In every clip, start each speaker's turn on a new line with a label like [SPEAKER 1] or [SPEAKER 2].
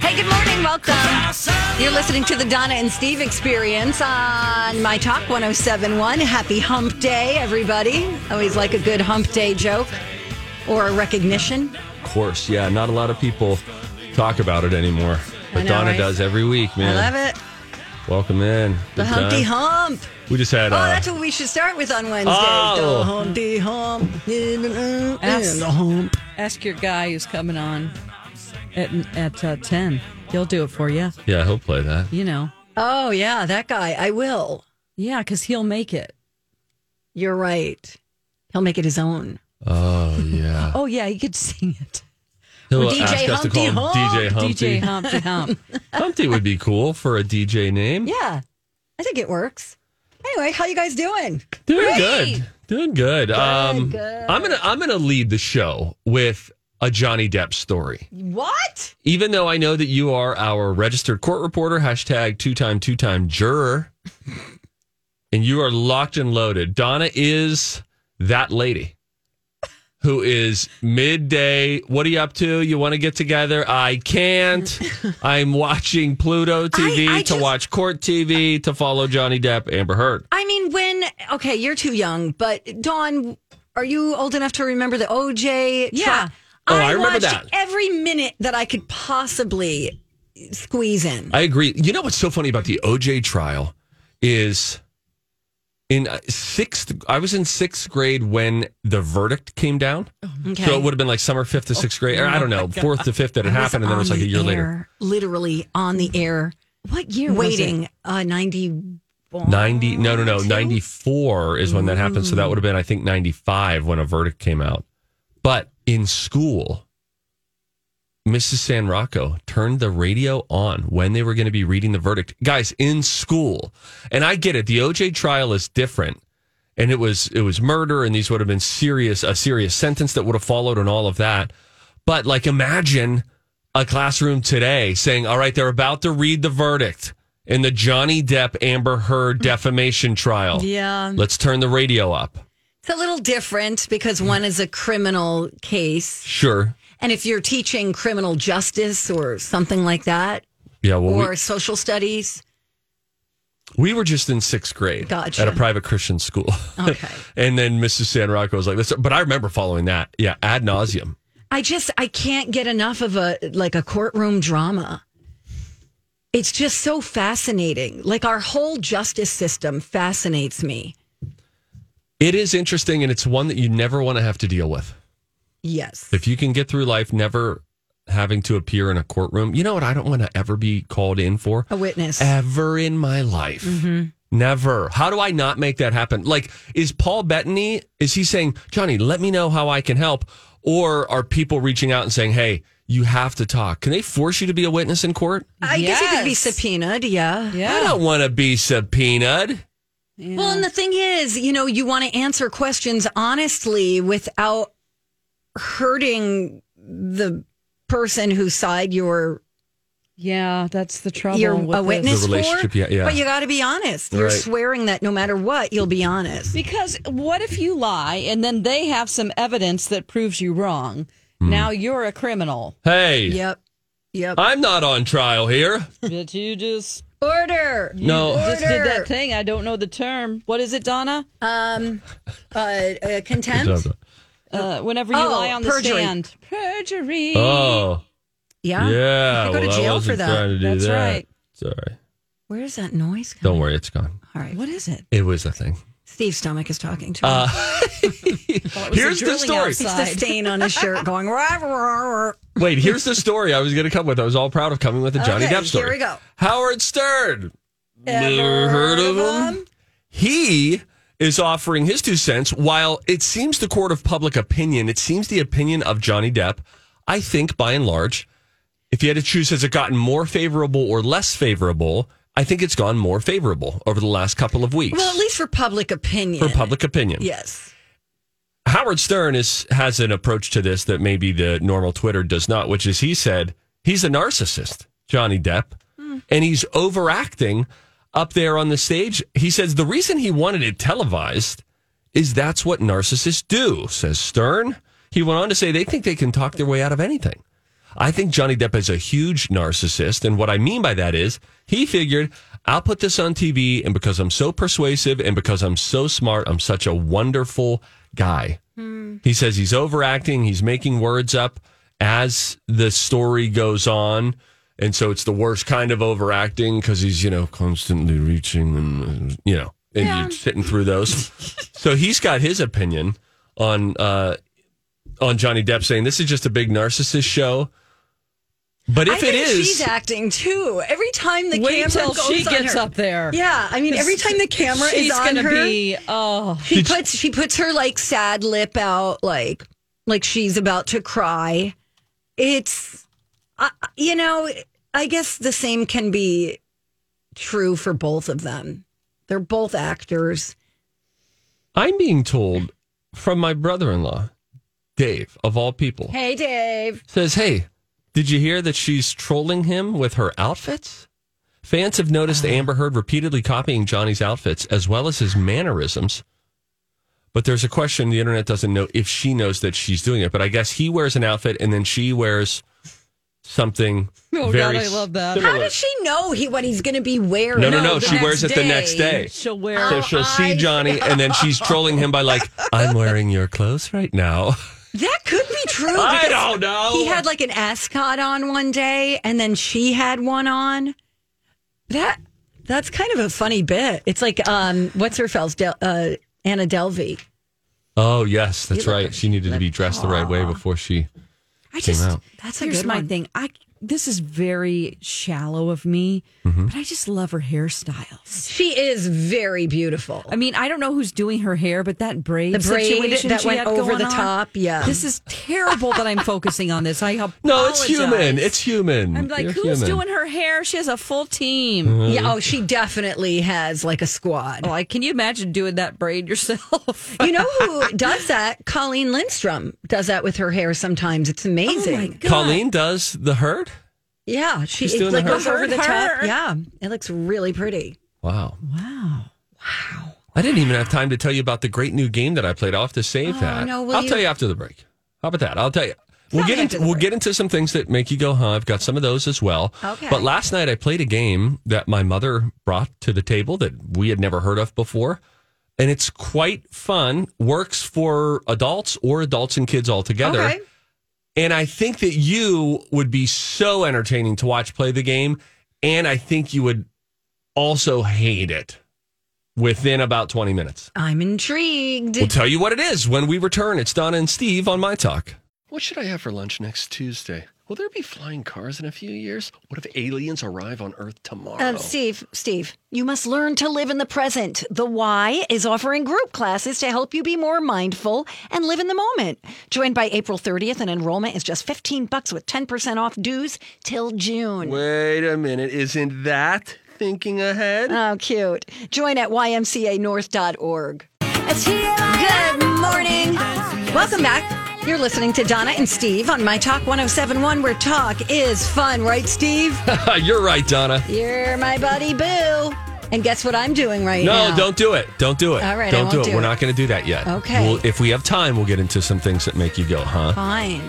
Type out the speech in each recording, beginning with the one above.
[SPEAKER 1] Hey, good morning. Welcome. You're listening to the Donna and Steve experience on My Talk 1071. Happy hump day, everybody. Always like a good hump day joke or a recognition.
[SPEAKER 2] Of course, yeah. Not a lot of people talk about it anymore, but
[SPEAKER 1] know,
[SPEAKER 2] Donna
[SPEAKER 1] right?
[SPEAKER 2] does every week,
[SPEAKER 1] I
[SPEAKER 2] man.
[SPEAKER 1] love it.
[SPEAKER 2] Welcome in.
[SPEAKER 1] The
[SPEAKER 2] Good
[SPEAKER 1] Humpty
[SPEAKER 2] time.
[SPEAKER 1] Hump.
[SPEAKER 2] We just had.
[SPEAKER 1] Oh,
[SPEAKER 2] uh,
[SPEAKER 1] that's what we should start with on Wednesday.
[SPEAKER 2] Oh.
[SPEAKER 1] The Humpty Hump.
[SPEAKER 3] Ask-
[SPEAKER 1] And the hump.
[SPEAKER 3] Ask your guy who's coming on at at uh, ten. He'll do it for you.
[SPEAKER 2] yeah, he'll play that.
[SPEAKER 3] You know.
[SPEAKER 1] Oh, yeah, that guy. I will.
[SPEAKER 3] Yeah, because he'll make it.
[SPEAKER 1] You're right. He'll make it his own.
[SPEAKER 2] Oh yeah.
[SPEAKER 3] Oh yeah, he could sing it.
[SPEAKER 2] He'll
[SPEAKER 1] DJ
[SPEAKER 2] ask us to call him
[SPEAKER 1] Humpty
[SPEAKER 2] DJ Humpty.
[SPEAKER 3] DJ Humpty Hump.
[SPEAKER 2] Humpty would be cool for a DJ name.
[SPEAKER 1] Yeah, I think it works. Anyway, how you guys doing?
[SPEAKER 2] Doing good. Doing good. um, I'm gonna I'm gonna lead the show with a Johnny Depp story.
[SPEAKER 1] What?
[SPEAKER 2] Even though I know that you are our registered court reporter, hashtag two time two time juror, and you are locked and loaded. Donna is that lady who is midday. What are you up to? You want to get together? I can't. I'm watching Pluto TV
[SPEAKER 1] I
[SPEAKER 2] to
[SPEAKER 1] just-
[SPEAKER 2] watch court TV to follow Johnny Depp, Amber Heard.
[SPEAKER 1] I mean, when okay, you're too young, but Dawn, are you old enough to remember the OJ?
[SPEAKER 3] Yeah.
[SPEAKER 1] trial?
[SPEAKER 2] Oh, I remember
[SPEAKER 1] watched
[SPEAKER 2] that.
[SPEAKER 1] every minute that I could possibly squeeze in.
[SPEAKER 2] I agree. You know what's so funny about the OJ trial is in uh, sixth. I was in sixth grade when the verdict came down,
[SPEAKER 1] Okay. Oh
[SPEAKER 2] so it would have been like summer fifth to sixth grade, or I don't know, fourth to fifth that
[SPEAKER 1] I
[SPEAKER 2] it
[SPEAKER 1] was
[SPEAKER 2] happened, and then it was
[SPEAKER 1] on
[SPEAKER 2] like a
[SPEAKER 1] the
[SPEAKER 2] year later,
[SPEAKER 1] air, literally on the air,
[SPEAKER 3] What year?
[SPEAKER 1] waiting. Uh, Ninety.
[SPEAKER 2] ninety. No, no, no, ninety four is when that happened. So that would have been I think ninety five when a verdict came out. But in school, Mrs. San Rocco turned the radio on when they were going to be reading the verdict. Guys, in school. And I get it. The OJ trial is different. And it was it was murder and these would have been serious a serious sentence that would have followed and all of that. But like imagine a classroom today saying, "All right, they're about to read the verdict in the Johnny Depp Amber Heard defamation trial."
[SPEAKER 1] Yeah.
[SPEAKER 2] Let's turn the radio up.
[SPEAKER 1] It's a little different because one is a criminal case,
[SPEAKER 2] Sure.
[SPEAKER 1] and if you're teaching criminal justice or something like that,
[SPEAKER 2] Yeah, well we-
[SPEAKER 1] or social studies,
[SPEAKER 2] We were just in sixth grade
[SPEAKER 1] Gotcha.
[SPEAKER 2] at a private Christian school.
[SPEAKER 1] Okay.
[SPEAKER 2] and then Mrs. San Rocco was like, this, but I remember following that. Yeah, ad nauseum.
[SPEAKER 1] I just I can't get enough of a like a courtroom drama. It's just so fascinating. Like our whole justice system fascinates me.
[SPEAKER 2] It is interesting, and it's one that you never want to have to deal with.
[SPEAKER 1] Yes.
[SPEAKER 2] If you can get through life never having to appear in a courtroom, you know what I don't want to ever be called in for?
[SPEAKER 1] A witness.
[SPEAKER 2] Ever in my life. Never. How do I not make that happen? Like, is Paul Bettany, is he saying, Johnny, let me know how I can help? Or are people reaching out and saying, hey, you have to talk? Can they force you to be a witness in court?
[SPEAKER 1] I guess you could be
[SPEAKER 3] Yes.
[SPEAKER 1] subpoenaed, yeah.
[SPEAKER 2] I
[SPEAKER 3] Yeah.
[SPEAKER 2] don't want to be subpoenaed.
[SPEAKER 1] Well, and the thing is, you know, you want to answer questions honestly without hurting the person whose side you're
[SPEAKER 3] Yeah, that's the trouble.
[SPEAKER 1] you're
[SPEAKER 3] with
[SPEAKER 1] a
[SPEAKER 3] this.
[SPEAKER 1] witness
[SPEAKER 2] The relationship,
[SPEAKER 1] for.
[SPEAKER 2] yeah, yeah.
[SPEAKER 1] But you got to be honest. You're
[SPEAKER 2] Right.
[SPEAKER 1] swearing that no matter what, you'll be honest.
[SPEAKER 3] Because what if you lie and then they have some evidence that proves you wrong?
[SPEAKER 2] Hmm.
[SPEAKER 3] Now you're a criminal.
[SPEAKER 2] Hey,
[SPEAKER 1] Yep. Yep.
[SPEAKER 2] I'm not on trial here.
[SPEAKER 3] But you just
[SPEAKER 1] Order.
[SPEAKER 2] No.
[SPEAKER 3] just did
[SPEAKER 1] Order.
[SPEAKER 3] that thing. I don't know the term. What is it, Donna?
[SPEAKER 1] Um, uh, uh, contempt.
[SPEAKER 3] Uh, whenever you
[SPEAKER 1] Oh,
[SPEAKER 3] lie on the
[SPEAKER 1] perjury.
[SPEAKER 3] stand, perjury.
[SPEAKER 2] Oh,
[SPEAKER 1] Yeah.
[SPEAKER 2] Yeah.
[SPEAKER 1] I go to
[SPEAKER 2] well, I
[SPEAKER 1] jail
[SPEAKER 2] wasn't
[SPEAKER 1] for that.
[SPEAKER 2] trying to do
[SPEAKER 3] That's
[SPEAKER 2] that.
[SPEAKER 3] right.
[SPEAKER 2] Sorry.
[SPEAKER 1] Where's that noise coming?
[SPEAKER 2] Don't worry, Uh, it's gone.
[SPEAKER 1] All right.
[SPEAKER 3] What is it?
[SPEAKER 2] It was a thing.
[SPEAKER 1] Steve's stomach is talking to me.
[SPEAKER 3] Well, it was a
[SPEAKER 2] Here's the
[SPEAKER 3] drilling
[SPEAKER 2] story.
[SPEAKER 1] it's the
[SPEAKER 3] outside.
[SPEAKER 1] stain on his shirt going, "Rawr, rawr, rawr."
[SPEAKER 2] Wait, here's the story I was going to come with. I was all proud of coming with a Johnny
[SPEAKER 1] Okay,
[SPEAKER 2] Depp story.
[SPEAKER 1] here we go.
[SPEAKER 2] Howard Stern. Never heard of him? He is offering his two cents. While it seems the court of public opinion, it seems the opinion of Johnny Depp, I think by and large, if you had to choose, has it gotten more favorable or less favorable? I think it's gone more favorable over the last couple of weeks
[SPEAKER 1] Well, at least for public opinion.
[SPEAKER 2] for public opinion.
[SPEAKER 1] Yes.
[SPEAKER 2] Howard Stern is has an approach to this that maybe the normal Twitter does not, which is he said he's a narcissist, Johnny Depp,
[SPEAKER 1] Hmm.
[SPEAKER 2] and he's overacting up there on the stage. He says the reason he wanted it televised is that's what narcissists do, says Stern. He went on to say they think they can talk their way out of anything. I think Johnny Depp is a huge narcissist. And what I mean by that is he figured, I'll put this on TV. And because I'm so persuasive and because I'm so smart, I'm such a wonderful guy. He says he's overacting, he's making words up as the story goes on. And so it's the worst kind of overacting because he's, you know, constantly reaching and, you know, and you're sitting through those. so he's got his opinion on, uh, on Johnny Depp saying this is just a big narcissist show. But
[SPEAKER 1] I
[SPEAKER 2] if it
[SPEAKER 1] think
[SPEAKER 2] is,
[SPEAKER 1] she's acting too. Every time the
[SPEAKER 3] Wait
[SPEAKER 1] camera
[SPEAKER 3] till
[SPEAKER 1] goes
[SPEAKER 3] she
[SPEAKER 1] on
[SPEAKER 3] gets
[SPEAKER 1] her-
[SPEAKER 3] up there.
[SPEAKER 1] Yeah, I mean, every time the camera
[SPEAKER 3] She's
[SPEAKER 1] is on
[SPEAKER 3] gonna
[SPEAKER 1] her,
[SPEAKER 3] be oh
[SPEAKER 1] she puts she puts her like sad lip out, like like she's about to cry. It's, uh, you know, I guess the same can be true for both of them. They're both actors.
[SPEAKER 2] I'm being told from my brother-in-law, Dave, of all people,
[SPEAKER 1] Hey, Dave.
[SPEAKER 2] says, "Hey, did you hear that she's trolling him with her outfits?" Fans have
[SPEAKER 3] Ah.
[SPEAKER 2] noticed Amber Heard repeatedly copying Johnny's outfits as well as his mannerisms. But there's a question the internet doesn't know if she knows that she's doing it. But I guess he wears an outfit and then she wears something.
[SPEAKER 3] Oh, God,
[SPEAKER 2] very
[SPEAKER 3] I love that.
[SPEAKER 2] similar.
[SPEAKER 1] How does she know he what he's going to be wearing?
[SPEAKER 2] No, no, no.
[SPEAKER 1] the
[SPEAKER 2] She
[SPEAKER 1] next Oh,
[SPEAKER 2] wears it the next day.
[SPEAKER 3] she'll wear
[SPEAKER 2] So she'll see
[SPEAKER 1] I
[SPEAKER 2] Johnny, and then she's trolling him by like, "I'm wearing your clothes right now."
[SPEAKER 1] That could be true.
[SPEAKER 2] I
[SPEAKER 1] because
[SPEAKER 2] don't know.
[SPEAKER 1] He had like an ascot on one day, and then she had one on. That that's kind of a funny bit. It's like um, what's her fell's Del, uh, Anna Delvey.
[SPEAKER 2] Oh yes, that's
[SPEAKER 1] You look-
[SPEAKER 2] right. She needed to be dressed the right way before she.
[SPEAKER 1] I just
[SPEAKER 2] out.
[SPEAKER 1] that's a
[SPEAKER 3] Here's
[SPEAKER 1] good
[SPEAKER 3] my
[SPEAKER 1] one.
[SPEAKER 3] thing. I this is very shallow of me,
[SPEAKER 2] Mm-hmm.
[SPEAKER 3] but I just love her hairstyles.
[SPEAKER 1] She is very beautiful.
[SPEAKER 3] I mean, I don't know who's doing her hair, but that braid,
[SPEAKER 1] The braid
[SPEAKER 3] situation
[SPEAKER 1] that
[SPEAKER 3] she
[SPEAKER 1] went
[SPEAKER 3] had
[SPEAKER 1] over
[SPEAKER 3] going
[SPEAKER 1] the
[SPEAKER 3] on,
[SPEAKER 1] top, yeah.
[SPEAKER 3] this is terrible that I'm focusing on this. I apologize.
[SPEAKER 2] No, it's human. It's human.
[SPEAKER 3] I'm like,
[SPEAKER 2] You're
[SPEAKER 3] who's
[SPEAKER 2] human. Mm-hmm.
[SPEAKER 3] doing her hair? She has a full team.
[SPEAKER 1] yeah, oh, she definitely has like a squad.
[SPEAKER 3] Like, can you imagine doing that braid yourself?
[SPEAKER 1] You know who does that? Colleen Lindstrom does that with her hair sometimes. It's
[SPEAKER 3] Oh
[SPEAKER 1] amazing.
[SPEAKER 2] Colleen does the herd.
[SPEAKER 1] Yeah, she
[SPEAKER 2] Oh She's
[SPEAKER 1] it
[SPEAKER 2] doing
[SPEAKER 1] like
[SPEAKER 2] her-
[SPEAKER 1] goes over
[SPEAKER 3] Heard
[SPEAKER 1] the top.
[SPEAKER 3] her.
[SPEAKER 1] Yeah, it looks really pretty.
[SPEAKER 2] Wow.
[SPEAKER 3] wow.
[SPEAKER 2] I didn't even have time to tell you about the great new game that I played. I'll have to save that.
[SPEAKER 1] Oh, no, will
[SPEAKER 2] I'll
[SPEAKER 1] you-
[SPEAKER 2] tell you after the break. How about that? I'll tell you. We'll
[SPEAKER 1] Tell
[SPEAKER 2] get
[SPEAKER 1] me
[SPEAKER 2] into
[SPEAKER 1] after the
[SPEAKER 2] we'll
[SPEAKER 1] break.
[SPEAKER 2] get into some things that make you go, huh? I've got some of those as well.
[SPEAKER 1] Okay.
[SPEAKER 2] But last night I played a game that my mother brought to the table that we had never heard of before. And it's quite fun. Works for adults or adults and kids altogether.
[SPEAKER 1] Okay.
[SPEAKER 2] And I think that you would be so entertaining to watch play the game. And I think you would also hate it within about 20 minutes.
[SPEAKER 1] I'm intrigued.
[SPEAKER 2] We'll tell you what it is when we return. It's Donna and Steve on My Talk.
[SPEAKER 4] What should I have for lunch next Tuesday? Will there be flying cars in a few years? What if aliens arrive on Earth tomorrow?
[SPEAKER 1] Uh, Steve, Steve, you must learn to live in the present. The Y is offering group classes to help you be more mindful and live in the moment. Join by April 30th, and enrollment is just 15 bucks with 10% off dues till June.
[SPEAKER 4] Wait a minute, isn't that thinking ahead?
[SPEAKER 1] Oh, cute. Join at ymcanorth.org. Good morning. Welcome back. You're listening to Donna and Steve on My Talk 1071, where talk is fun, right, Steve?
[SPEAKER 2] You're right, Donna.
[SPEAKER 1] You're my buddy Boo. And guess what I'm doing right now?
[SPEAKER 2] No, don't do it. Don't do it.
[SPEAKER 1] All right, I
[SPEAKER 2] Don't
[SPEAKER 1] won't
[SPEAKER 2] do it.
[SPEAKER 1] do
[SPEAKER 2] We're
[SPEAKER 1] it.
[SPEAKER 2] not going to do that yet.
[SPEAKER 1] Okay.
[SPEAKER 2] We'll, if we have time, we'll get into some things that make you go, huh?
[SPEAKER 1] Fine.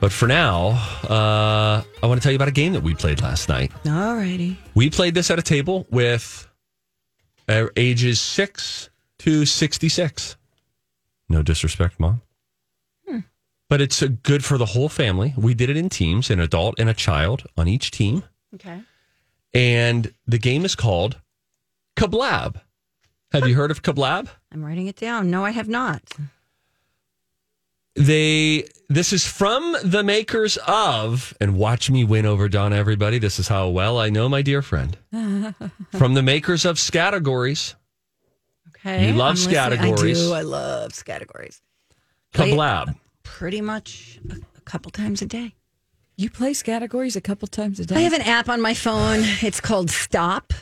[SPEAKER 2] But for now, uh, I want to tell you about a game that we played last night.
[SPEAKER 1] Alrighty.
[SPEAKER 2] We played this at a table with uh, ages 6 to 66. No disrespect, Mom. But it's uh, good for the whole family. We did it in teams, an adult and a child on each team.
[SPEAKER 3] Okay.
[SPEAKER 2] And the game is called Kablab. Have you heard of Kablab?
[SPEAKER 3] I'm writing it down. No, I have not.
[SPEAKER 2] They this is from the makers of and watch me win over Donna everybody. This is how well I know my dear friend. from the makers of Scategories,
[SPEAKER 3] Okay.
[SPEAKER 2] You love
[SPEAKER 3] listening.
[SPEAKER 2] categories.
[SPEAKER 3] I do. I love categories. Play it
[SPEAKER 2] Kablab.
[SPEAKER 1] Pretty much a, a couple times a day.
[SPEAKER 3] You play categories a couple times a day.
[SPEAKER 1] I have an app on my phone. It's called Stop.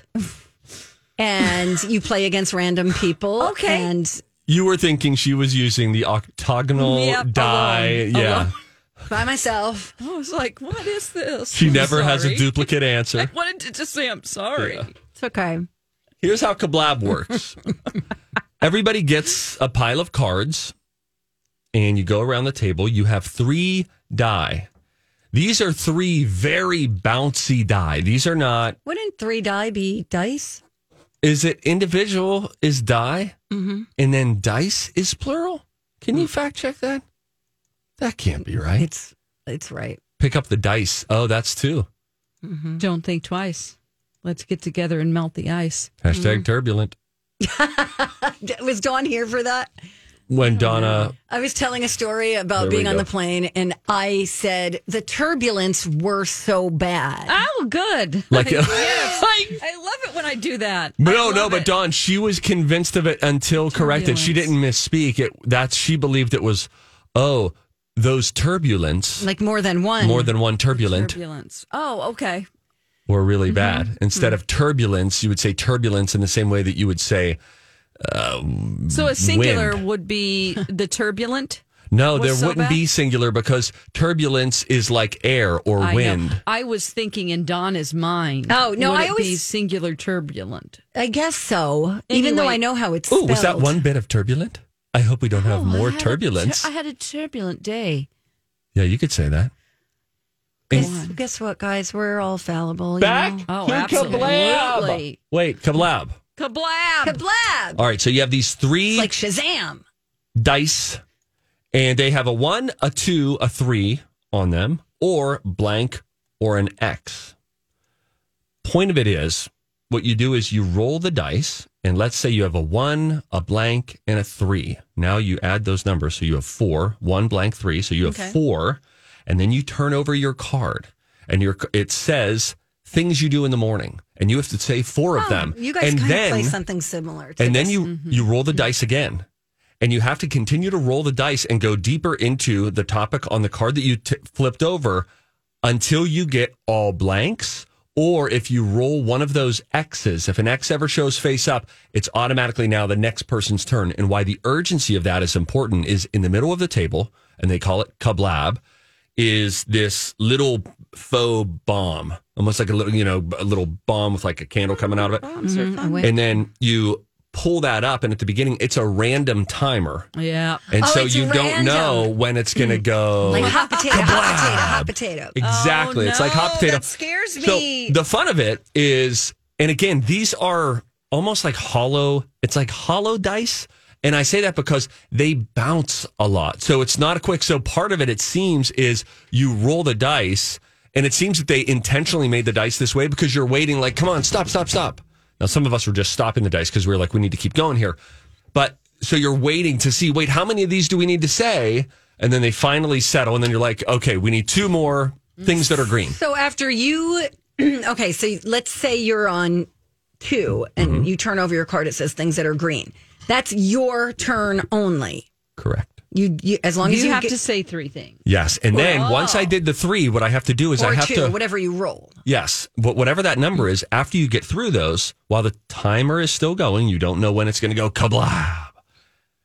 [SPEAKER 1] And you play against random people.
[SPEAKER 3] Okay.
[SPEAKER 1] And
[SPEAKER 2] You were thinking she was using the octagonal
[SPEAKER 3] Yep,
[SPEAKER 2] die.
[SPEAKER 3] alone,
[SPEAKER 2] yeah.
[SPEAKER 3] alone.
[SPEAKER 1] by myself.
[SPEAKER 3] Oh, I was like, what is this?
[SPEAKER 2] She
[SPEAKER 3] I'm
[SPEAKER 2] never has a
[SPEAKER 3] sorry.
[SPEAKER 2] duplicate
[SPEAKER 3] I
[SPEAKER 2] answer.
[SPEAKER 3] wanted to just say I'm sorry.
[SPEAKER 1] It's okay.
[SPEAKER 2] Here's how Kablab works everybody gets a pile of cards, and you go around the table. You have three die. These are three very bouncy die. These are not,
[SPEAKER 1] Wouldn't three die be dice?
[SPEAKER 2] is it individual is die,
[SPEAKER 3] Mm-hmm.
[SPEAKER 2] and then dice is plural? Can
[SPEAKER 3] Mm.
[SPEAKER 2] you fact check that? That can't be right.
[SPEAKER 1] It's it's right.
[SPEAKER 2] Pick up the dice. Oh, that's two.
[SPEAKER 3] Don't think twice. Let's get together and melt the ice.
[SPEAKER 2] Hashtag turbulent.
[SPEAKER 1] D- Was Dawn here for that?
[SPEAKER 2] When Donna,
[SPEAKER 1] I was telling a story about
[SPEAKER 2] There we
[SPEAKER 1] being on
[SPEAKER 2] go.
[SPEAKER 1] the plane, and I said the turbulence were so bad.
[SPEAKER 3] Oh, good.
[SPEAKER 2] like,
[SPEAKER 3] I, I love it when I do that.
[SPEAKER 2] But
[SPEAKER 3] I
[SPEAKER 2] no, no,
[SPEAKER 3] love
[SPEAKER 2] but
[SPEAKER 3] it.
[SPEAKER 2] Dawn, she was convinced of it until corrected. She didn't misspeak. It that's she believed it was, oh, those turbulence,
[SPEAKER 1] like more than one.
[SPEAKER 2] more than one turbulent,
[SPEAKER 3] Turbulence. Oh, okay.
[SPEAKER 2] were really
[SPEAKER 3] Mm-hmm.
[SPEAKER 2] bad. Instead of turbulence, you would say turbulence in the same way that you would say
[SPEAKER 3] So a singular
[SPEAKER 2] Mm, Wind.
[SPEAKER 3] would be the turbulent.
[SPEAKER 2] no.
[SPEAKER 3] Was
[SPEAKER 2] There
[SPEAKER 3] so
[SPEAKER 2] wouldn't
[SPEAKER 3] bad?
[SPEAKER 2] be singular because turbulence is like air or
[SPEAKER 3] I know.
[SPEAKER 2] wind.
[SPEAKER 3] I was thinking in Donna's mind.
[SPEAKER 1] Oh, no,
[SPEAKER 3] would
[SPEAKER 1] I
[SPEAKER 3] it be
[SPEAKER 1] always-
[SPEAKER 3] singular turbulent.
[SPEAKER 1] I guess so. Even though
[SPEAKER 3] Anyway.
[SPEAKER 1] I know how it's.
[SPEAKER 2] Oh, was that
[SPEAKER 1] spelled.
[SPEAKER 2] one bit of turbulent? I hope we don't have more
[SPEAKER 3] Oh, I had a
[SPEAKER 2] turbulence.
[SPEAKER 3] tur- I had a turbulent day.
[SPEAKER 2] yeah, you could say that.
[SPEAKER 1] Guess, guess what, guys? We're all fallible. you know?
[SPEAKER 3] Oh,
[SPEAKER 2] to
[SPEAKER 3] absolutely.
[SPEAKER 2] Wait, kablab.
[SPEAKER 3] Kablab.
[SPEAKER 1] Kablab!
[SPEAKER 2] All right, so you have these three
[SPEAKER 1] Like Shazam.
[SPEAKER 2] dice, and they have a one, a two, a three on them, or blank, or an X. Point of it is what you do is you roll the dice, and let's say you have a one, a blank, and a three. Now you add those numbers. So you have four, one, blank, three. So you have four, and then you turn over your card, and your it says things you do in the morning, and you have to say four of them.
[SPEAKER 1] Oh, You guys
[SPEAKER 2] and
[SPEAKER 1] kind
[SPEAKER 2] then,
[SPEAKER 1] of play something similar. To
[SPEAKER 2] and then
[SPEAKER 1] this.
[SPEAKER 2] you you roll the dice again and you have to continue to roll the dice and go deeper into the topic on the card that you t- flipped over until you get all blanks or if you roll one of those x's if an x ever shows face up it's automatically now the next person's turn and why the urgency of that is important is in the middle of the table and they call it kablab is this little faux bomb almost like a little you know a little bomb with like a candle coming out of it
[SPEAKER 1] Mm-hmm.
[SPEAKER 2] and then you pull that up and at the beginning it's a random timer
[SPEAKER 3] Yeah.
[SPEAKER 2] and
[SPEAKER 1] Oh,
[SPEAKER 2] so
[SPEAKER 1] it's
[SPEAKER 2] you don't
[SPEAKER 1] random. Hmm.
[SPEAKER 2] know when it's going to go
[SPEAKER 1] like oh, hot potato, hot potato, hot potato.
[SPEAKER 2] exactly it's like hot
[SPEAKER 3] no,
[SPEAKER 2] potato
[SPEAKER 3] that scares me.
[SPEAKER 2] so the fun of it is and again these are almost like hollow it's like hollow dice and i say that because they bounce a lot so it's not a quick so part of it it seems is you roll the dice and it seems that they intentionally made the dice this way because you're waiting like come on stop stop stop now some of us were just stopping the dice because we were like we need to keep going here but so you're waiting to see wait how many of these do we need to say and then they finally settle and then you're like okay we need two more things that are green
[SPEAKER 1] So after you, okay, so let's say you're on two and
[SPEAKER 2] Mm-hmm.
[SPEAKER 1] you turn over your card, it says things that are green. That's your turn only.
[SPEAKER 2] correct
[SPEAKER 1] You, you as long as
[SPEAKER 3] You,
[SPEAKER 1] you
[SPEAKER 3] have
[SPEAKER 1] get,
[SPEAKER 3] to say three things.
[SPEAKER 2] Yes. And then once I did the three, what I have to do is I
[SPEAKER 1] Oh. or
[SPEAKER 2] have
[SPEAKER 1] two,
[SPEAKER 2] to,
[SPEAKER 1] whatever you roll.
[SPEAKER 2] yes, but whatever that number is, after you get through those, while the timer is still going, you don't know when it's going to go kablab.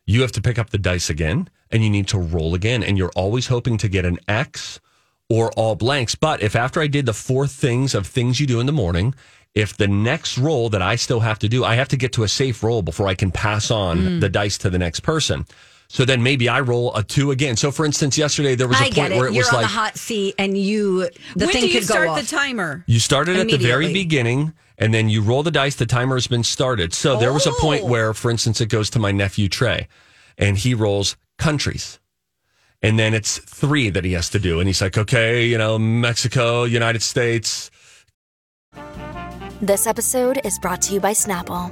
[SPEAKER 2] You have to pick up the dice again and you need to roll again. And you're always hoping to get an X or all blanks. But if after I did the four things of things you do in the morning, if the next roll that I still have to do, I have to get to a safe roll before I can pass on
[SPEAKER 1] Mm.
[SPEAKER 2] the dice to the next person. So then maybe I roll a two again. So for instance, yesterday there was a
[SPEAKER 1] I get
[SPEAKER 2] point
[SPEAKER 1] it.
[SPEAKER 2] where it
[SPEAKER 1] you're
[SPEAKER 2] was
[SPEAKER 1] on
[SPEAKER 2] like
[SPEAKER 1] the hot seat and you, the
[SPEAKER 3] when
[SPEAKER 1] thing
[SPEAKER 3] do you
[SPEAKER 1] could
[SPEAKER 3] start
[SPEAKER 1] go off.
[SPEAKER 3] the timer?
[SPEAKER 2] You started at the very
[SPEAKER 1] Immediately.
[SPEAKER 2] beginning, and then you roll the dice. The timer has been started. So there was a point
[SPEAKER 1] Oh.
[SPEAKER 2] where, for instance, it goes to my nephew Trey, and he rolls countries. And then it's three that he has to do. And he's like, okay, you know, Mexico, United States.
[SPEAKER 5] This episode is brought to you by Snapple.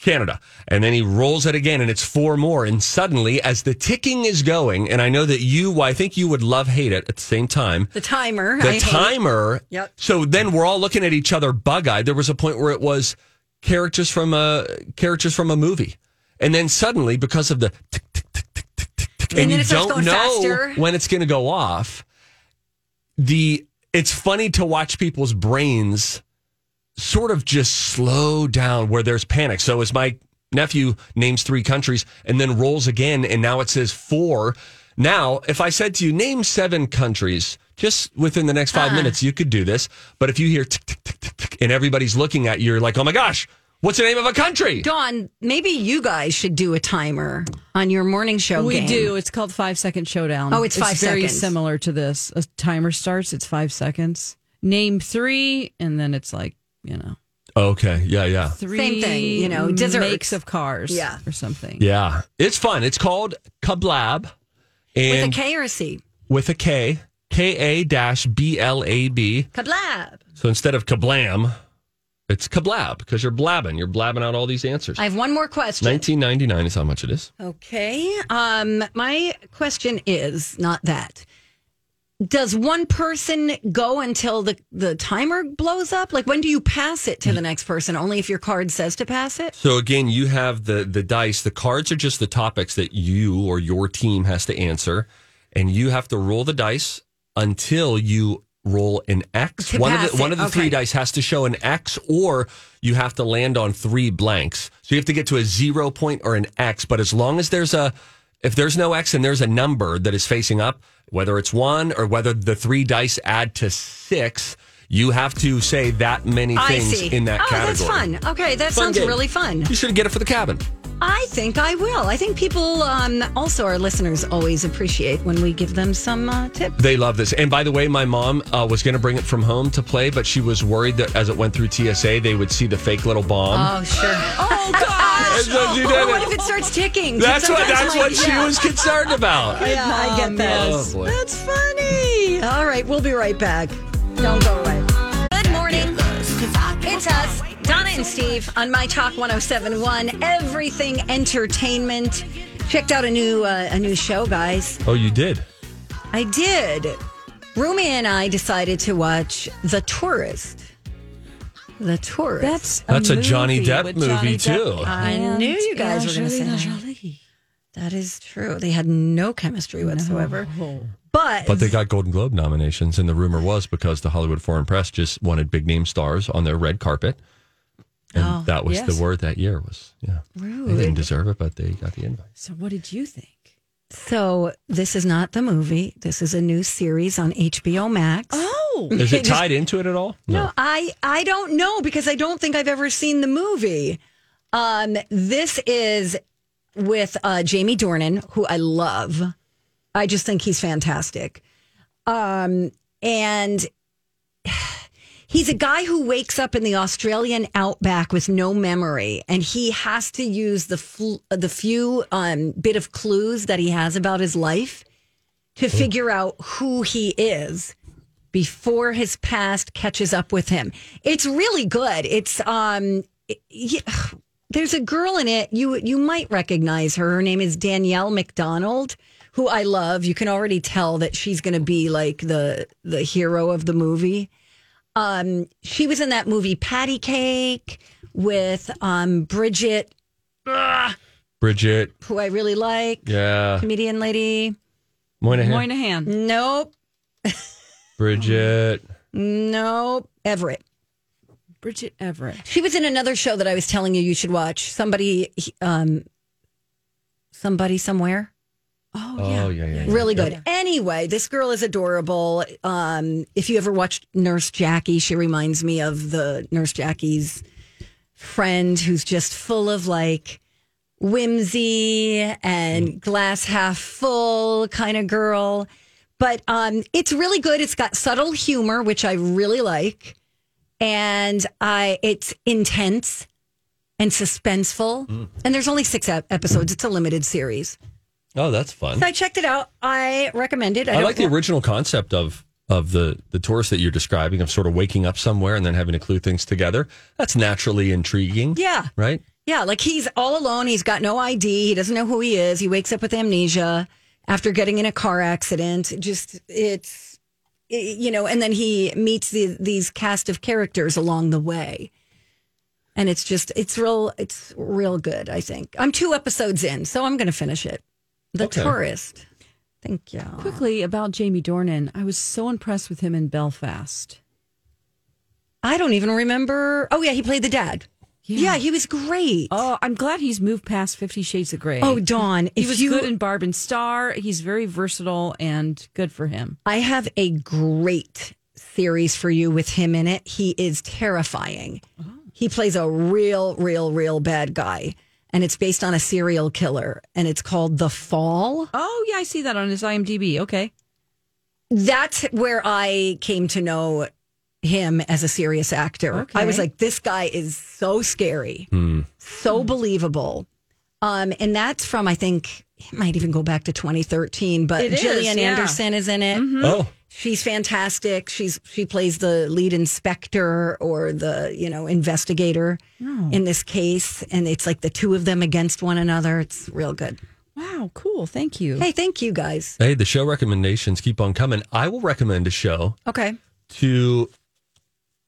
[SPEAKER 2] Canada. And then he rolls it again and it's four more. And suddenly, as the ticking is going, and I know that you, well, I think you would love hate it at the same time.
[SPEAKER 1] The timer.
[SPEAKER 2] The
[SPEAKER 1] I hate-
[SPEAKER 2] timer.
[SPEAKER 1] Yep.
[SPEAKER 2] So then we're all looking at each other bug eyed. There was a point where it was characters from a characters from a movie. And then suddenly, because of the tick, tick, tick, tick, tick, tick, tick, and,
[SPEAKER 1] And then
[SPEAKER 2] you
[SPEAKER 1] it starts
[SPEAKER 2] don't
[SPEAKER 1] going
[SPEAKER 2] know
[SPEAKER 1] faster.
[SPEAKER 2] when it's going to go off, the it's funny to watch people's brains sort of just slow down where there's panic. So as my nephew names three countries and then rolls again, and now it says four. Now, if I said to you, name seven countries, just within the next 5
[SPEAKER 1] Ah.
[SPEAKER 2] minutes, you could do this. But if you hear tick, tick, tick, tick, tick, and everybody's looking at you, you're like, oh my gosh, what's the name of a country?
[SPEAKER 1] Dawn, maybe you guys should do a timer on your morning show.
[SPEAKER 3] we
[SPEAKER 1] game.
[SPEAKER 3] do. It's called Five Second Showdown.
[SPEAKER 1] Oh, it's five
[SPEAKER 3] very
[SPEAKER 1] seconds.
[SPEAKER 3] similar to this. A timer starts. It's five seconds. Name three, and then it's like you know
[SPEAKER 2] Okay. Yeah. Yeah.
[SPEAKER 3] three
[SPEAKER 1] Same thing, you know, desserts.
[SPEAKER 3] makes of cars,
[SPEAKER 1] Yeah.
[SPEAKER 3] or something.
[SPEAKER 2] Yeah. It's fun. It's called Kablab.
[SPEAKER 1] with a
[SPEAKER 2] And
[SPEAKER 1] K or a C.
[SPEAKER 2] with a K, K A dash B L A B.
[SPEAKER 1] Kablab.
[SPEAKER 2] So instead of kablam, it's kablab because you're blabbing. You're blabbing out all these answers.
[SPEAKER 1] I have one more question.
[SPEAKER 2] 1999 is how much it is.
[SPEAKER 1] Okay. Um, my question is not that. Does one person go until the, the timer blows up? Like when do you pass it to the next person? Only if your card says to pass it?
[SPEAKER 2] So again, you have the the dice. The cards are just the topics that you or your team has to answer, and you have to roll the dice until you roll an X.
[SPEAKER 1] To
[SPEAKER 2] one of
[SPEAKER 1] pass
[SPEAKER 2] the one
[SPEAKER 1] it,
[SPEAKER 2] of the
[SPEAKER 1] okay.
[SPEAKER 2] three dice has to show an X, or you have to land on three blanks. So you have to get to a zero point or an X. But as long as there's a if there's no X and there's a number that is facing up, whether it's one or whether the three dice add to six, you have to say that many
[SPEAKER 1] I
[SPEAKER 2] things
[SPEAKER 1] see.
[SPEAKER 2] in that
[SPEAKER 1] oh,
[SPEAKER 2] category.
[SPEAKER 1] that's fun. Okay, that sounds
[SPEAKER 2] game.
[SPEAKER 1] really fun.
[SPEAKER 2] You should get it for the cabin.
[SPEAKER 1] I think I will. I think people, um, also our listeners, always appreciate when we give them some uh, tips.
[SPEAKER 2] They love this. And by the way, my mom uh, was going to bring it from home to play, but she was worried that as it went through TSA, they would see the fake little bomb.
[SPEAKER 1] Oh, sure. oh, gosh.
[SPEAKER 2] And so she did
[SPEAKER 1] Oh, what
[SPEAKER 2] it.
[SPEAKER 1] if it starts ticking?
[SPEAKER 2] that's what
[SPEAKER 1] Sometimes
[SPEAKER 2] that's
[SPEAKER 1] I'm
[SPEAKER 2] what
[SPEAKER 1] like,
[SPEAKER 2] she
[SPEAKER 1] yeah.
[SPEAKER 2] was concerned about.
[SPEAKER 1] Yeah, I get that.
[SPEAKER 2] yes. Oh, boy.
[SPEAKER 1] That's funny. All right, we'll be right back. Don't go away. Good morning. It's us, Donna and Steve, on My Talk 1071, Everything Entertainment. Checked out a new uh, a new show, guys.
[SPEAKER 2] Oh, you did.
[SPEAKER 1] I did. Rumi and I decided to watch The Tourist. The Tourist.
[SPEAKER 3] That's a
[SPEAKER 2] That's a Johnny
[SPEAKER 3] movie
[SPEAKER 2] Depp
[SPEAKER 3] with
[SPEAKER 2] movie,
[SPEAKER 3] Johnny
[SPEAKER 2] too.
[SPEAKER 3] Depp
[SPEAKER 1] I
[SPEAKER 3] and
[SPEAKER 1] knew you guys were gonna say
[SPEAKER 3] Angelina
[SPEAKER 1] that.
[SPEAKER 3] Jolie.
[SPEAKER 1] that is true. They had no chemistry whatsoever.
[SPEAKER 3] Oh.
[SPEAKER 1] But
[SPEAKER 2] But they got Golden Globe nominations, and the rumor was because the Hollywood Foreign Press just wanted big name stars on their red carpet, and
[SPEAKER 1] Oh,
[SPEAKER 2] that was
[SPEAKER 3] yes.
[SPEAKER 2] the word that year was yeah. They didn't deserve it, but they got the invite.
[SPEAKER 3] So, what did you think?
[SPEAKER 1] So this is not the movie. This is a new series on HBO Max.
[SPEAKER 3] Oh,
[SPEAKER 2] Is it tied into it at all?
[SPEAKER 1] No, I I don't know because I don't think I've ever seen the movie. Um, this is with uh, Jamie Dornan, who I love. I just think he's fantastic. Um, and he's a guy who wakes up in the Australian outback with no memory, and he has to use the fl- the few um, bit of clues that he has about his life to figure out who he is before his past catches up with him. It's really good. It's um it- yeah, there's a girl in it you you might recognize her. Her name is Danielle McDonald, who I love. You can already tell that she's going to be like the the hero of the movie. Um, she was in that movie Patty Cake with um, Bridget,
[SPEAKER 2] Bridget.
[SPEAKER 1] who I really like,
[SPEAKER 2] Yeah.
[SPEAKER 1] comedian lady.
[SPEAKER 2] Moynihan.
[SPEAKER 1] Mm.
[SPEAKER 3] Moynihan.
[SPEAKER 1] Nope,
[SPEAKER 2] Bridget.
[SPEAKER 1] nope. Everett.
[SPEAKER 3] Bridget Everett.
[SPEAKER 1] She was in another show that I was telling you you should watch. Somebody, um, somebody somewhere.
[SPEAKER 3] Oh, yeah.
[SPEAKER 2] Oh, yeah, yeah. yeah.
[SPEAKER 1] Really good. Anyway, this girl is adorable. Um, if you ever watched Nurse Jackie, she reminds me of the Nurse Jackie's friend who's just full of like whimsy and glass half full kind of girl. But um, it's really good. It's got subtle humor, which I really like, and I it's intense and suspenseful. And there's only six ep- episodes. It's a limited series.
[SPEAKER 2] Oh, that's fun.
[SPEAKER 1] So I checked it out. I recommend it.
[SPEAKER 2] I,
[SPEAKER 1] don't
[SPEAKER 2] like the
[SPEAKER 1] wa-
[SPEAKER 2] original concept of of the the tourist that you're describing of sort of waking up somewhere and then having to clue things together. That's naturally intriguing.
[SPEAKER 1] Yeah.
[SPEAKER 2] Right.
[SPEAKER 1] Yeah. Like he's all alone. He's got no ID. He doesn't know who he is. He wakes up with amnesia after getting in a car accident. Just, it's, it- you know, and then he meets the, these cast of characters along the way. And it's just, it's real, it's real good, I think. I'm two episodes in, so I'm going to finish it. The
[SPEAKER 2] Okay.
[SPEAKER 1] Tourist. Thank you.
[SPEAKER 3] Quickly about Jamie Dornan. I was so impressed with him in Belfast.
[SPEAKER 1] I don't even remember. Oh, yeah. He played the dad. Yeah, he was great.
[SPEAKER 3] Oh, I'm glad he's moved past Fifty Shades of Grey.
[SPEAKER 1] Oh, Dawn,
[SPEAKER 3] he
[SPEAKER 1] if
[SPEAKER 3] was
[SPEAKER 1] you-
[SPEAKER 3] good in Barb and Star. He's very versatile and good for him.
[SPEAKER 1] I have a great series for you with him in it. He is terrifying.
[SPEAKER 3] Oh.
[SPEAKER 1] He plays a real, real, real bad guy. And it's based on a serial killer and it's called The Fall.
[SPEAKER 3] Oh, yeah, I see that on his IMDb. Okay.
[SPEAKER 1] That's where I came to know him as a serious actor. I was
[SPEAKER 3] Okay.
[SPEAKER 1] like, this guy is so scary, so believable. Um, and that's from, I think, it might even go back to 2013, but
[SPEAKER 3] It is,
[SPEAKER 1] Gillian
[SPEAKER 3] yeah. Mm-hmm.
[SPEAKER 1] Anderson is in it.
[SPEAKER 2] Oh,
[SPEAKER 1] she's fantastic. She's she plays the lead inspector or the you know investigator in this case, and it's like the two of them against one another. It's real good.
[SPEAKER 3] Wow, cool. Thank you.
[SPEAKER 1] Hey, thank you guys.
[SPEAKER 2] hey, the show recommendations keep on coming. I will recommend a show
[SPEAKER 1] Okay,
[SPEAKER 2] to,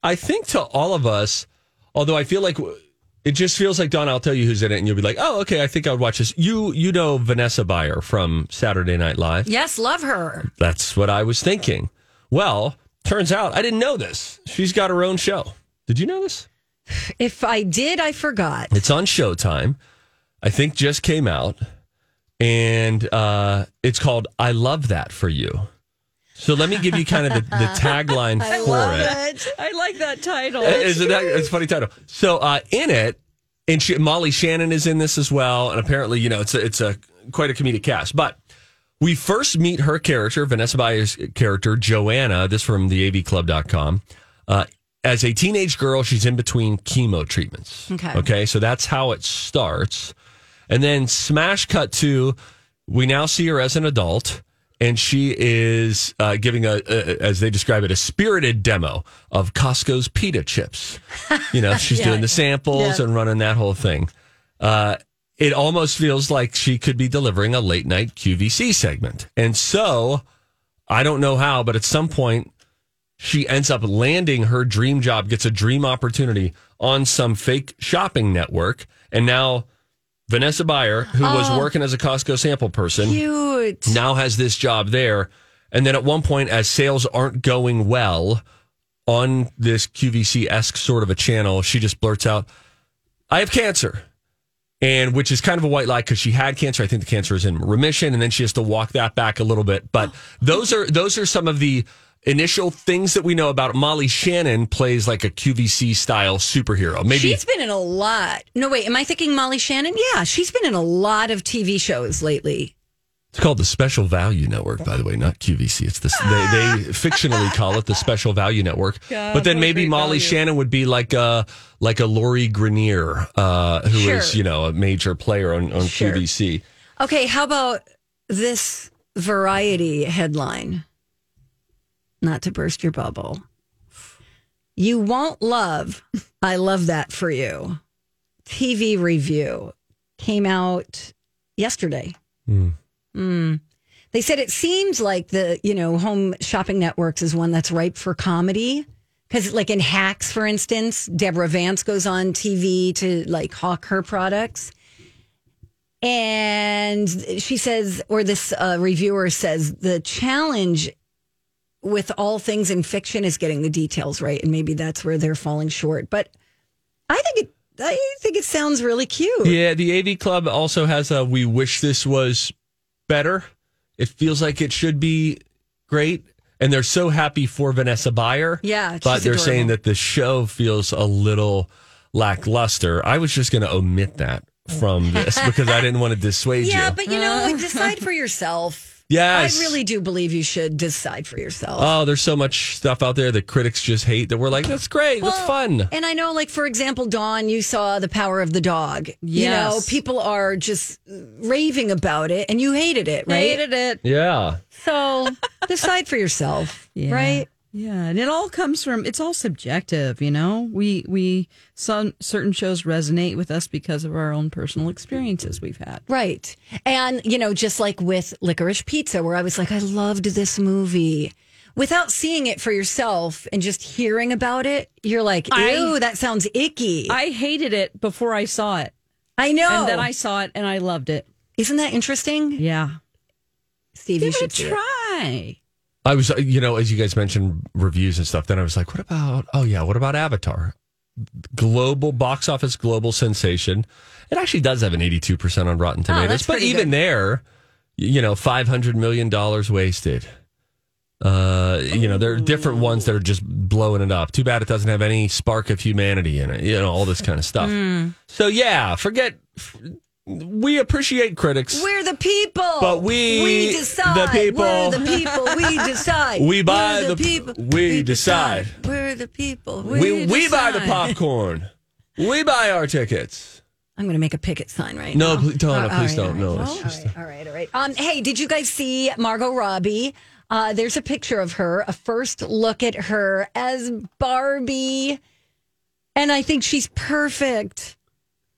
[SPEAKER 2] I think to all of us. Although I feel like it just feels like Don. I'll tell you who's in it, and you'll be like, oh, okay. I think I would watch this. You you know Vanessa Bayer from Saturday Night Live.
[SPEAKER 1] yes, love her.
[SPEAKER 2] That's what I was thinking. Well, turns out I didn't know this. She's got her own show. Did you know this?
[SPEAKER 1] If I did, I forgot.
[SPEAKER 2] It's on Showtime. I think just came out, and uh, it's called "I Love That for You." So let me give you kind of the, the tagline for it.
[SPEAKER 3] I like that title.
[SPEAKER 2] It's, a, it's a funny title. So uh, in it, and she, Molly Shannon is in this as well, and apparently, you know, it's a, it's a quite a comedic cast. But we first meet her character, Vanessa Bayer's character, Joanna. This from the AVClub.com. Uh, as a teenage girl, she's in between chemo treatments.
[SPEAKER 1] Okay.
[SPEAKER 2] Okay. So that's how it starts. And then smash cut to we now see her as an adult, and she is uh, giving a, a, as they describe it, a spirited demo of Costco's pita chips. You know, she's doing the samples and running that whole thing. Uh, it almost feels like she could be delivering a late night QVC segment. And so I don't know how, but at some point, she ends up landing her dream job, gets a dream opportunity on some fake shopping network. And now Vanessa Bayer, who was working as a Costco sample person,
[SPEAKER 1] Cute.
[SPEAKER 2] now has this job there. And then at one point, as sales aren't going well on this QVC esque sort of a channel, she just blurts out, I have cancer. And which is kind of a white lie because she had cancer. I think the cancer is in remission, and then she has to walk that back a little bit. But those are those are some of the initial things that we know about it. Molly Shannon plays like a QVC style superhero. Maybe
[SPEAKER 1] She's been in a lot. No, wait, am I thinking Molly Shannon? Yeah, she's been in a lot of TV shows lately.
[SPEAKER 2] It's called the Special Value Network, by the way, not QVC. It's this they, they fictionally call it the Special Value Network. but then maybe Molly Shannon would be like a like a Lori Grenier, uh, who is
[SPEAKER 1] Sure.
[SPEAKER 2] you know a major player on on
[SPEAKER 1] Sure.
[SPEAKER 2] QVC.
[SPEAKER 1] Okay, how about this variety headline? Not to burst your bubble. You won't love, I love that for you. TV review came out yesterday. Mm. They said it seems like the, you know, home shopping networks is one that's ripe for comedy. Because, like in Hacks, for instance, Deborah Vance goes on TV to like hawk her products. And she says, or this uh, reviewer says, the challenge with all things in fiction is getting the details right. And maybe that's where they're falling short. But I think it, I think it sounds really cute.
[SPEAKER 2] Yeah, the AV Club also has a we wish this was better. It feels like it should be great. And they're so happy for Vanessa Bayer.
[SPEAKER 1] Yeah,
[SPEAKER 2] But
[SPEAKER 1] she's
[SPEAKER 2] they're
[SPEAKER 1] adorable.
[SPEAKER 2] saying that the show feels a little lackluster. I was just going to omit that from this because I didn't want to dissuade
[SPEAKER 1] Yeah,
[SPEAKER 2] you.
[SPEAKER 1] but you know, decide for yourself.
[SPEAKER 2] Yes.
[SPEAKER 1] I really do believe you should decide for yourself.
[SPEAKER 2] oh, there's so much stuff out there that critics just hate that we're like, that's great. that's fun.
[SPEAKER 1] And I know, like, for example, Dawn, you saw The Power of the Dog. You know,
[SPEAKER 3] Yes.
[SPEAKER 1] people are just raving about it and you hated it, right?
[SPEAKER 3] Hated it.
[SPEAKER 2] Yeah.
[SPEAKER 1] So decide for yourself, right?
[SPEAKER 3] Yeah, and it all comes from it's all subjective, you know. We we some certain shows resonate with us because of our own personal experiences we've had.
[SPEAKER 1] Right. And, you know, just like with Licorice Pizza, where I was like, I loved this movie. Without seeing it for yourself and just hearing about it, you're like, ew,
[SPEAKER 3] I-
[SPEAKER 1] that sounds icky. I,
[SPEAKER 3] I hated it before I saw it,
[SPEAKER 1] know.
[SPEAKER 3] and then I saw it and I loved it.
[SPEAKER 1] Isn't that interesting?
[SPEAKER 3] Yeah,
[SPEAKER 1] Steve, you
[SPEAKER 3] give
[SPEAKER 1] should
[SPEAKER 3] it a
[SPEAKER 1] see it.
[SPEAKER 3] try.
[SPEAKER 2] I was, you know, as you guys mentioned reviews and stuff, then I was like, what about, oh yeah, what about Avatar? Global box office, global sensation. It actually does have an 82% on Rotten Tomatoes,
[SPEAKER 1] Oh, that's
[SPEAKER 2] but
[SPEAKER 1] pretty
[SPEAKER 2] even
[SPEAKER 1] good.
[SPEAKER 2] there, you know, $500 million wasted. Uh, you know, there are different ones that are just blowing it up. Too bad it doesn't have any spark of humanity in it, you know, all this kind of stuff.
[SPEAKER 1] Hmm.
[SPEAKER 2] So yeah, forget, we appreciate critics.
[SPEAKER 1] We're the people.
[SPEAKER 2] But we-
[SPEAKER 1] we decide.
[SPEAKER 2] the people.
[SPEAKER 1] We're the people. We decide.
[SPEAKER 2] We buy
[SPEAKER 1] We're
[SPEAKER 2] the- we decide.
[SPEAKER 1] We're the people.
[SPEAKER 2] we, we buy the
[SPEAKER 1] decide.
[SPEAKER 2] popcorn. we buy our tickets.
[SPEAKER 1] I'm going to make a picket sign right
[SPEAKER 2] No,
[SPEAKER 1] now.
[SPEAKER 2] please don't.
[SPEAKER 1] All
[SPEAKER 2] no, please
[SPEAKER 1] right,
[SPEAKER 2] don't.
[SPEAKER 1] Uh, all
[SPEAKER 2] No,
[SPEAKER 1] right.
[SPEAKER 2] it's just
[SPEAKER 1] All right, all right. Um, hey, did you guys see Margot Robbie? Uh, there's a picture of her, a first look at her as Barbie. And I think she's perfect.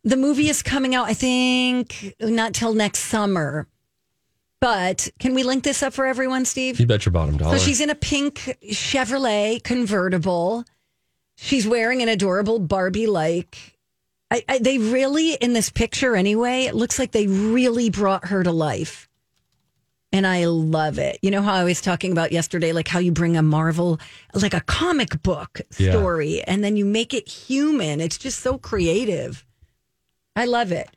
[SPEAKER 1] The movie is coming out, I think, not till next summer. But can we link this up for everyone, Steve?
[SPEAKER 2] you bet your bottom dollar.
[SPEAKER 1] So she's in a pink Chevrolet convertible. She's wearing an adorable Barbie like. I, I, they really, in this picture anyway, it looks like they really brought her to life. And I love it. You know how I was talking about yesterday, like how you bring a Marvel, like a comic book
[SPEAKER 2] Yeah.
[SPEAKER 1] story, and then you make it human. It's just so creative. I love it.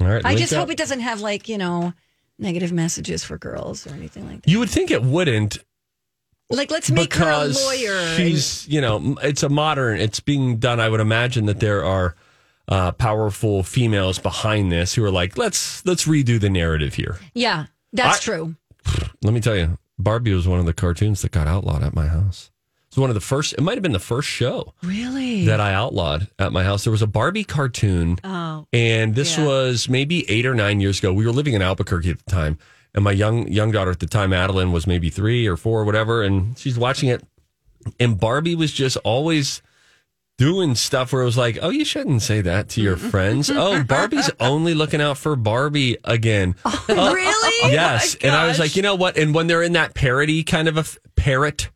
[SPEAKER 2] All right,
[SPEAKER 1] I
[SPEAKER 2] link
[SPEAKER 1] just
[SPEAKER 2] up.
[SPEAKER 1] hope it doesn't have, like, you know, negative messages for girls or anything like that.
[SPEAKER 2] You would think it wouldn't
[SPEAKER 1] Like, let's make her a
[SPEAKER 2] because
[SPEAKER 1] lawyer. and-
[SPEAKER 2] she's, you know, m- it's a modern. It's being done. I would imagine that there are uh, powerful females behind this who are like, let's let's redo the narrative here.
[SPEAKER 1] Yeah, that's
[SPEAKER 2] I-
[SPEAKER 1] true.
[SPEAKER 2] Let me tell you, Barbie was one of the cartoons that got outlawed at my house. It's one of the first. It might have been the first show
[SPEAKER 1] Really?
[SPEAKER 2] that I outlawed at my house. There was a Barbie cartoon.
[SPEAKER 3] Oh,
[SPEAKER 2] And this
[SPEAKER 3] Yeah.
[SPEAKER 2] was maybe eight or nine years ago. We were living in Albuquerque at the time, and my young young daughter at the time, Adeline, was maybe three or four or whatever, and she's watching it. And Barbie was just always doing stuff where it was like, "Oh, you shouldn't say that to your friends." Oh, Barbie's only looking out for Barbie again.
[SPEAKER 1] really?
[SPEAKER 2] Uh,
[SPEAKER 1] Oh
[SPEAKER 2] yes, and I was like, you know what? And when they're in that parody kind of a f- parrot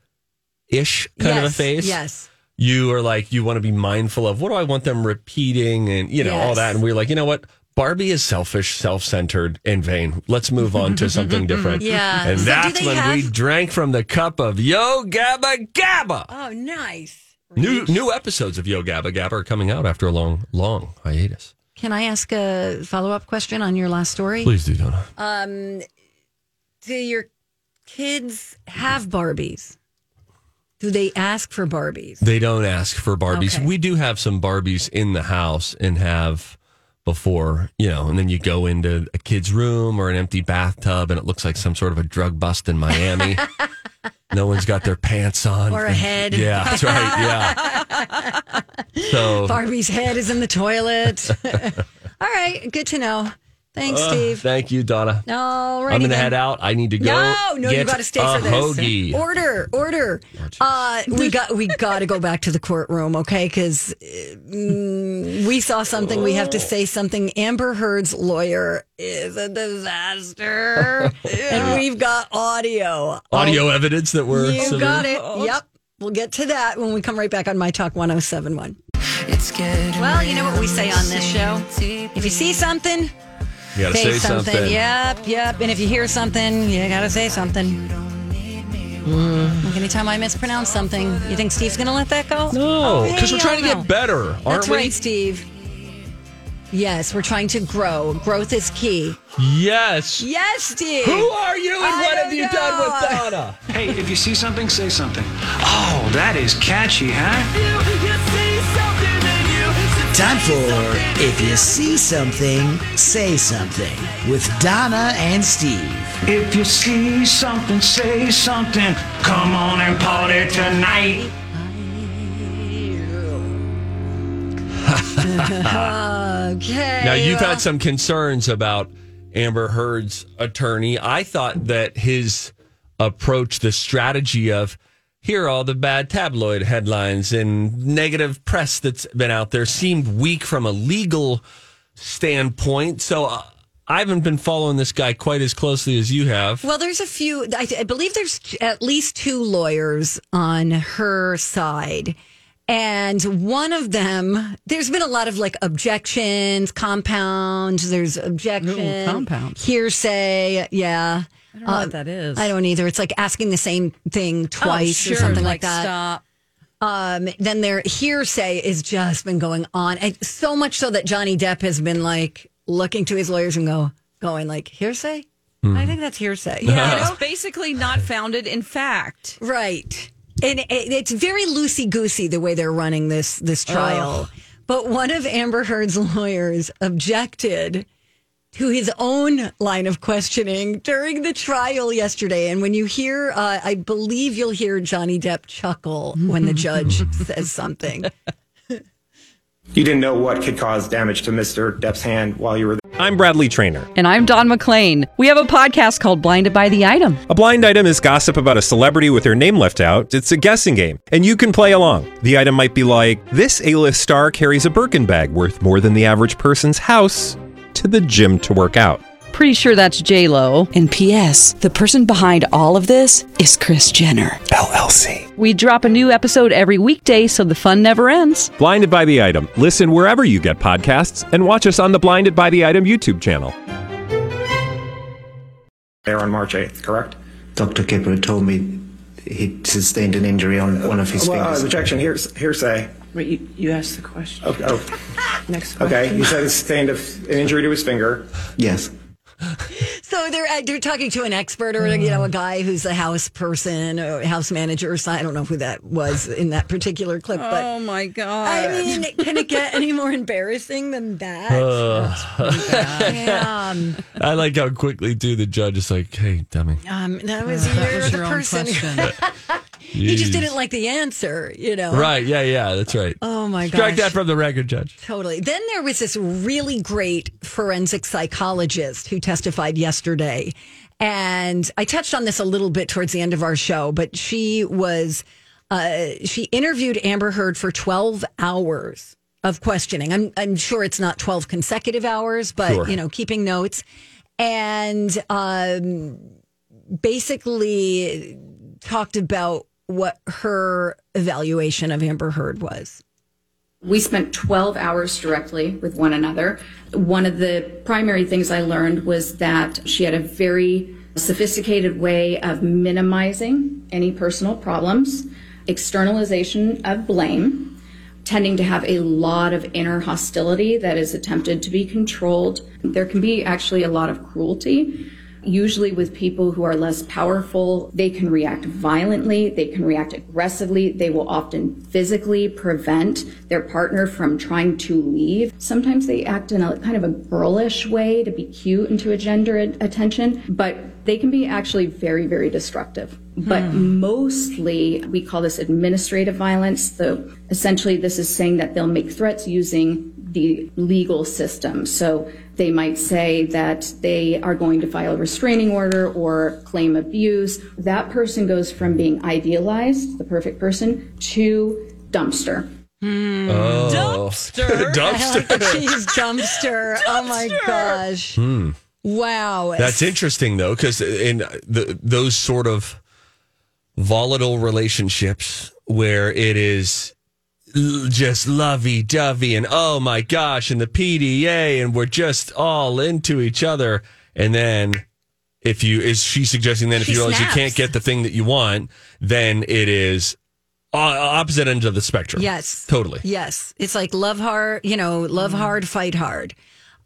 [SPEAKER 2] ish kind of a
[SPEAKER 1] Yes,
[SPEAKER 2] face,
[SPEAKER 1] Yes.
[SPEAKER 2] you are like you want to be mindful of what do I want them repeating and you know all
[SPEAKER 1] Yes.
[SPEAKER 2] that and we're like you know what Barbie is selfish self-centered and vain let's move on to something different
[SPEAKER 1] Yeah.
[SPEAKER 2] and
[SPEAKER 1] So do
[SPEAKER 2] that's
[SPEAKER 1] they
[SPEAKER 2] when we
[SPEAKER 1] have-
[SPEAKER 2] drank from the cup of Yo Gabba Gabba
[SPEAKER 1] Oh, nice.
[SPEAKER 2] new new episodes of Yo Gabba Gabba are coming out after a long long hiatus
[SPEAKER 1] Can I ask a follow up question on your last story?
[SPEAKER 2] please do Donna
[SPEAKER 1] Um, Do your kids have Barbies? Do they ask for Barbies?
[SPEAKER 2] They don't ask for Barbies.
[SPEAKER 1] Okay.
[SPEAKER 2] We do have some Barbies in the house and have before, you know, and then you go into a kid's room or an empty bathtub and it looks like some sort of a drug bust in Miami. no one's got their pants on.
[SPEAKER 1] Or a head.
[SPEAKER 2] Yeah, that's right. Yeah. so
[SPEAKER 1] Barbie's head is in the toilet. All right. Good to know. Thanks, Steve.
[SPEAKER 2] uh, Thank you, Donna.
[SPEAKER 1] All right.
[SPEAKER 2] I'm gonna head out. I need to go.
[SPEAKER 1] No, no, you
[SPEAKER 2] get
[SPEAKER 1] got to stay
[SPEAKER 2] a
[SPEAKER 1] for this.
[SPEAKER 2] hoagie.
[SPEAKER 1] Order, order. uh, we got we got to go back to the courtroom, okay? Because we saw something. We have to say something. Amber Heard's lawyer is a disaster, and we've got audio. Oh,
[SPEAKER 2] Audio evidence that we're
[SPEAKER 1] You got
[SPEAKER 2] submitting.
[SPEAKER 1] it. Yep. We'll get to that when we come right back on My Talk 1071.
[SPEAKER 6] It's good.
[SPEAKER 1] Well, you know what we say on this show? If you see something,
[SPEAKER 2] You gotta
[SPEAKER 1] say,
[SPEAKER 2] say
[SPEAKER 1] something. Yep, yep. And if you hear something, you gotta say something. Like anytime I mispronounce something, you think Steve's gonna let that go?
[SPEAKER 2] Mm. No, because
[SPEAKER 1] Hey,
[SPEAKER 2] we're trying to
[SPEAKER 1] oh, no.
[SPEAKER 2] get better, aren't
[SPEAKER 1] That's
[SPEAKER 2] we?
[SPEAKER 1] right, Steve. Yes, we're trying to grow. Growth is key.
[SPEAKER 2] Yes.
[SPEAKER 1] Yes, Steve.
[SPEAKER 2] Who are you and
[SPEAKER 1] I
[SPEAKER 2] what have
[SPEAKER 1] don't
[SPEAKER 2] you done with
[SPEAKER 1] know.
[SPEAKER 2] Donna?
[SPEAKER 7] Hey, if you see something, say something. Oh, that is catchy, huh?
[SPEAKER 6] Time for If You See Something, Say Something with Donna and Steve.
[SPEAKER 7] If you see something, say something. Come on and party tonight.
[SPEAKER 1] Okay.
[SPEAKER 2] Now you've
[SPEAKER 1] uh,
[SPEAKER 2] had some concerns about Amber Heard's attorney. I thought that his approach, the strategy of here are all the bad tabloid headlines and negative press that's been out there seemed weak from a legal standpoint. So uh, I haven't been following this guy quite as closely as you have.
[SPEAKER 1] Well, there's a few. I, I believe there's at least two lawyers on her side. And one of them, there's been a lot of like objections, compounds. There's objection,
[SPEAKER 3] Ooh, compounds.
[SPEAKER 1] hearsay. Yeah.
[SPEAKER 3] I don't know what that is.
[SPEAKER 1] Uh, I don't either. It's like asking the same thing
[SPEAKER 3] Oh,
[SPEAKER 1] twice
[SPEAKER 3] sure,
[SPEAKER 1] or something like, that.
[SPEAKER 3] Stop.
[SPEAKER 1] Um, then their hearsay has just been going on, and so much so that Johnny Depp has been like looking to his lawyers and go, going like hearsay.
[SPEAKER 3] Hmm.
[SPEAKER 1] I think that's hearsay.
[SPEAKER 3] Yeah, it's basically not founded in fact.
[SPEAKER 1] Right. And it, it's very loosey goosey the way they're running this this trial. But one of Amber Heard's lawyers objected to his own line of questioning during the trial yesterday. And when you hear, uh, I believe you'll hear Johnny Depp chuckle when the judge says something.
[SPEAKER 8] You didn't know what could cause damage to Mr. Depp's hand while you were there.
[SPEAKER 7] I'm Bradley Trainer.
[SPEAKER 3] And I'm Don McClain. We have a podcast called Blinded by the Item.
[SPEAKER 7] A blind item is gossip about a celebrity with their name left out. It's a guessing game, and you can play along. The item might be like this: A-list star carries a Birkin bag worth more than the average person's house to the gym to work out.
[SPEAKER 3] Pretty sure that's J Lo.
[SPEAKER 6] And P.S. The person behind all of this is Chris Jenner.
[SPEAKER 7] LLC.
[SPEAKER 3] We drop a new episode every weekday, so the fun never ends.
[SPEAKER 7] Blinded by the item. Listen wherever you get podcasts, and watch us on the Blinded by the Item YouTube channel.
[SPEAKER 8] There on March 8th, correct?
[SPEAKER 6] Dr. Kipper told me he'd sustained an injury on one of his
[SPEAKER 8] Well, uh,
[SPEAKER 6] fingers.
[SPEAKER 8] objection, hears, hearsay.
[SPEAKER 6] Wait, you, you asked the question.
[SPEAKER 8] Okay, oh,
[SPEAKER 6] Next
[SPEAKER 8] okay. he said he sustained a f an injury to his finger.
[SPEAKER 6] Yes.
[SPEAKER 1] So they're uh, they're talking to an expert or you know a guy who's a house person or house manager or something. I don't know who that was in that particular clip, but
[SPEAKER 3] Oh my God.
[SPEAKER 1] I mean, can it get any more embarrassing than that? Damn.
[SPEAKER 2] I like how quickly too the judge is like, "Hey, dummy,
[SPEAKER 1] Um, that was your,
[SPEAKER 3] that was
[SPEAKER 1] the
[SPEAKER 3] your own
[SPEAKER 1] person.
[SPEAKER 3] question.
[SPEAKER 1] He just
[SPEAKER 2] Jeez.
[SPEAKER 1] didn't like the answer, you know.
[SPEAKER 2] Right? Yeah, yeah, that's right.
[SPEAKER 1] Oh my god.
[SPEAKER 2] Strike that from the record, judge.
[SPEAKER 1] Totally. Then there was this really great forensic psychologist who testified yesterday. And I touched on this a little bit towards the end of our show, but she was, uh, she interviewed Amber Heard for 12 hours of questioning. I'm, I'm sure it's not 12 consecutive hours, but,
[SPEAKER 2] Sure.
[SPEAKER 1] you know, keeping notes. And um, basically talked about what her evaluation of Amber Heard was.
[SPEAKER 6] We spent 12 hours directly with one another. One of the primary things I learned was that she had a very sophisticated way of minimizing any personal problems, externalization of blame, tending to have a lot of inner hostility that is attempted to be controlled. There can be actually a lot of cruelty. Usually, with people who are less powerful, they can react violently, they can react aggressively, they will often physically prevent their partner from trying to leave. Sometimes they act in a kind of a girlish way to be cute and to engender attention, but they can be actually very, very destructive. But mostly, we call this administrative violence. So essentially, this is saying that they'll make threats using the legal system. So they might say that they are going to file a restraining order or claim abuse. That person goes from being idealized, the perfect person, to dumpster.
[SPEAKER 2] Oh.
[SPEAKER 1] Dumpster. Jeez, dumpster. Oh my gosh. Wow.
[SPEAKER 2] That's interesting though, because in the, those sort of volatile relationships where it is l- just lovey dovey and oh my gosh, and the PDA, and we're just all into each other, and then. If you is she suggesting then if
[SPEAKER 1] She
[SPEAKER 2] you realize
[SPEAKER 1] snaps.
[SPEAKER 2] you can't get the thing that you want, then it is o- opposite end of the spectrum.
[SPEAKER 1] Yes.
[SPEAKER 2] totally.
[SPEAKER 1] Yes, it's like love hard, you know, love hard, fight hard.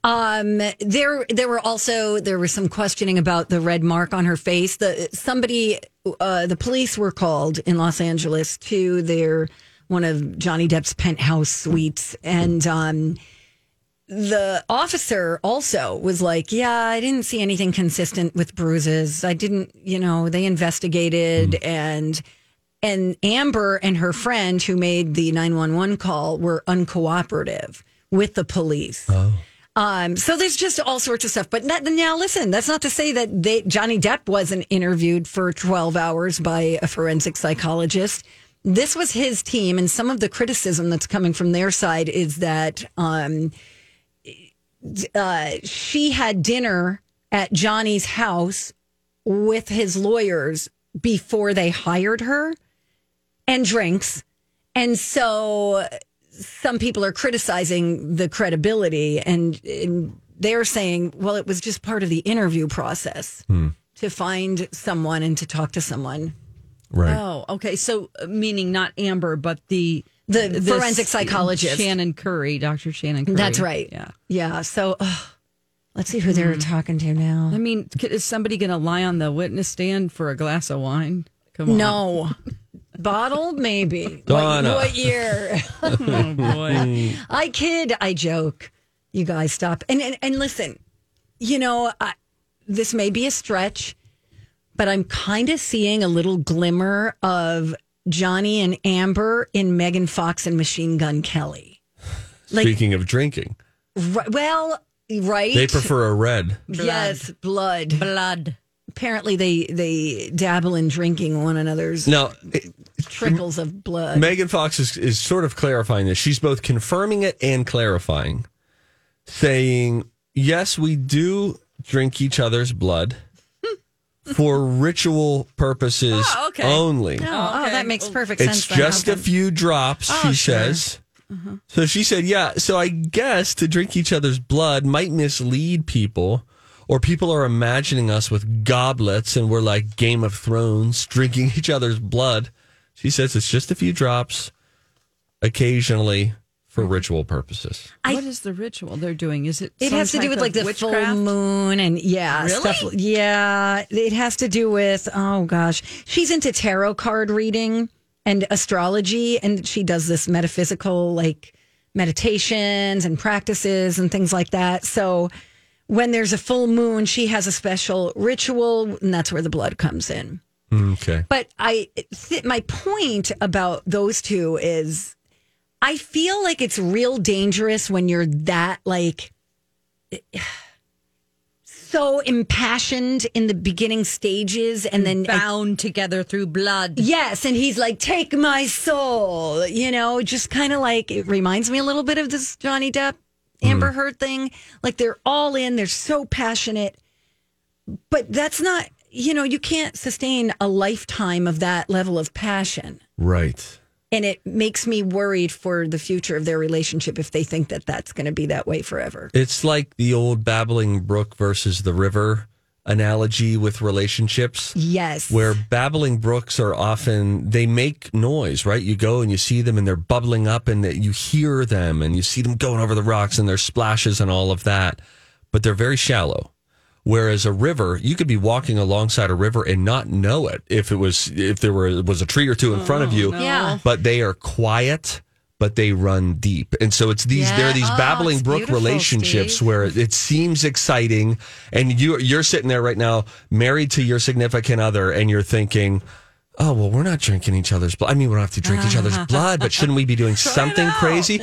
[SPEAKER 1] Um, there, there were also there was some questioning about the red mark on her face. The somebody, uh, the police were called in Los Angeles to their one of Johnny Depp's penthouse suites, and um, the officer also was like, "Yeah, I didn't see anything consistent with bruises. I didn't, you know, they investigated and." and Amber and her friend who made the 911 call were uncooperative with the police. Um, so there's just all sorts of stuff. But that, now listen, that's not to say that they, Johnny Depp wasn't interviewed for 12 hours by a forensic psychologist. This was his team. And some of the criticism that's coming from their side is that um, uh, she had dinner at Johnny's house with his lawyers before they hired her and drinks. And so some people are criticizing the credibility and, and they're saying, well, it was just part of the interview process to find someone and to talk to someone.
[SPEAKER 2] Right.
[SPEAKER 3] Oh, okay. So uh, meaning not Amber, but the
[SPEAKER 1] The
[SPEAKER 3] this
[SPEAKER 1] forensic psychologist.
[SPEAKER 3] Shannon Curry, Dr. Shannon Curry.
[SPEAKER 1] That's right.
[SPEAKER 3] Yeah.
[SPEAKER 1] Yeah. So ugh, let's see who they're talking to now.
[SPEAKER 3] I mean, c- is somebody going to lie on the witness stand for a glass of wine? Come on.
[SPEAKER 1] No. Bottle, maybe. What,
[SPEAKER 2] Donna.
[SPEAKER 1] what year?
[SPEAKER 3] Oh, boy.
[SPEAKER 1] I kid, I joke. You guys stop. And and, and listen, you know, I, this may be a stretch, but I'm kind of seeing a little glimmer of Johnny and Amber in Megan Fox and Machine Gun Kelly. Like,
[SPEAKER 2] Speaking of drinking,
[SPEAKER 1] ri- well, right?
[SPEAKER 2] they prefer a red.
[SPEAKER 1] Yes, blood. Blood. Apparently, they they dabble in drinking one another's
[SPEAKER 2] Now,
[SPEAKER 1] trickles of blood.
[SPEAKER 2] Megan Fox is, is sort of clarifying this. She's both confirming it and clarifying, saying, yes, we do drink each other's blood for ritual purposes
[SPEAKER 3] Oh, okay.
[SPEAKER 2] only.
[SPEAKER 1] oh, oh, that makes perfect sense.
[SPEAKER 2] It's
[SPEAKER 1] then.
[SPEAKER 2] just a
[SPEAKER 1] Okay.
[SPEAKER 2] few drops, she
[SPEAKER 3] sure.
[SPEAKER 2] says. So she said, yeah, so I guess to drink each other's blood might mislead people. Or people are imagining us with goblets and we're like Game of Thrones drinking each other's blood. She says it's just a few drops occasionally for ritual purposes.
[SPEAKER 1] I-
[SPEAKER 3] what is the ritual they're doing? Is it
[SPEAKER 1] It
[SPEAKER 3] some
[SPEAKER 1] has to do
[SPEAKER 3] type
[SPEAKER 1] with
[SPEAKER 3] of
[SPEAKER 1] like the
[SPEAKER 3] witchcraft?
[SPEAKER 1] full moon and yeah, stuff. Yeah, it has to do with oh gosh, she's into tarot card reading and astrology, and she does this metaphysical like meditations and practices and things like that. So when there's a full moon, she has a special ritual, and that's where the blood comes in.
[SPEAKER 2] Okay.
[SPEAKER 1] But I, th- my point about those two is, I feel like it's real dangerous when you're that like so impassioned in the beginning stages, and then
[SPEAKER 3] bound together through blood.
[SPEAKER 1] yes, and he's like, "Take my soul," you know, just kind of like it reminds me a little bit of this Johnny Depp, Amber Heard thing. Like they're all in, they're so passionate, but that's not. You know, you can't sustain a lifetime of that level of passion
[SPEAKER 2] Right.
[SPEAKER 1] and it makes me worried for the future of their relationship if they think that that's going to be that way forever.
[SPEAKER 2] It's like the old babbling brook versus the river analogy with relationships.
[SPEAKER 1] Yes.
[SPEAKER 2] where babbling brooks are often they make noise right you go and you see them and they're bubbling up and that you hear them and you see them going over the rocks and their splashes and all of that but they're very shallow whereas a river you could be walking alongside a river and not know it if it was if there were was a tree or two in front of you
[SPEAKER 1] Yeah.
[SPEAKER 2] but they are quiet but they run deep. And so it's these there are these
[SPEAKER 9] Yeah. Oh,
[SPEAKER 2] babbling
[SPEAKER 9] it's
[SPEAKER 2] brook
[SPEAKER 9] beautiful,
[SPEAKER 2] relationships
[SPEAKER 9] Steve.
[SPEAKER 2] where it seems exciting and you you're sitting there right now married to your significant other and you're thinking Oh well, we're not drinking each other's blood. I mean, we don't have to drink each
[SPEAKER 9] Uh-huh.
[SPEAKER 2] other's blood, but shouldn't we be doing something crazy?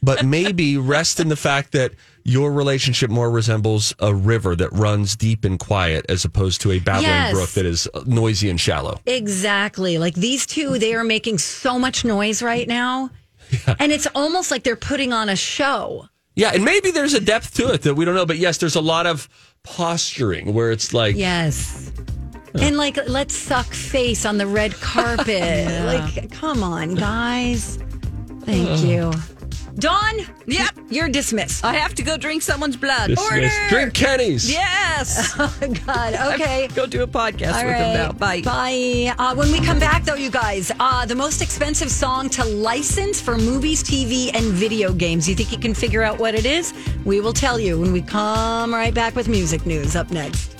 [SPEAKER 2] But maybe rest in the fact that your relationship more resembles a river that runs deep and quiet, as opposed to a babbling
[SPEAKER 1] Yes.
[SPEAKER 2] brook that is noisy and shallow.
[SPEAKER 1] Exactly. Like these two, they are making so much noise right now. And it's almost like they're putting on a show.
[SPEAKER 2] Yeah, and maybe there's a depth to it that we don't know, but yes, there's a lot of posturing where it's like,
[SPEAKER 1] Yes. And like, let's suck face on the red carpet. Like, come on, guys. Thank you. Dawn? Yep. You're dismissed.
[SPEAKER 3] I have to go drink someone's blood.
[SPEAKER 2] Dismissed. Drink Kenny's.
[SPEAKER 3] Yes.
[SPEAKER 1] Oh, God. Okay.
[SPEAKER 3] go do a podcast
[SPEAKER 1] All
[SPEAKER 3] with
[SPEAKER 1] right.
[SPEAKER 3] them now. Bye.
[SPEAKER 1] Bye. Uh, when we come back, though, you guys, uh, the most expensive song to license for movies, TV, and video games. You think you can figure out what it is? We will tell you when we come right back with music news up next.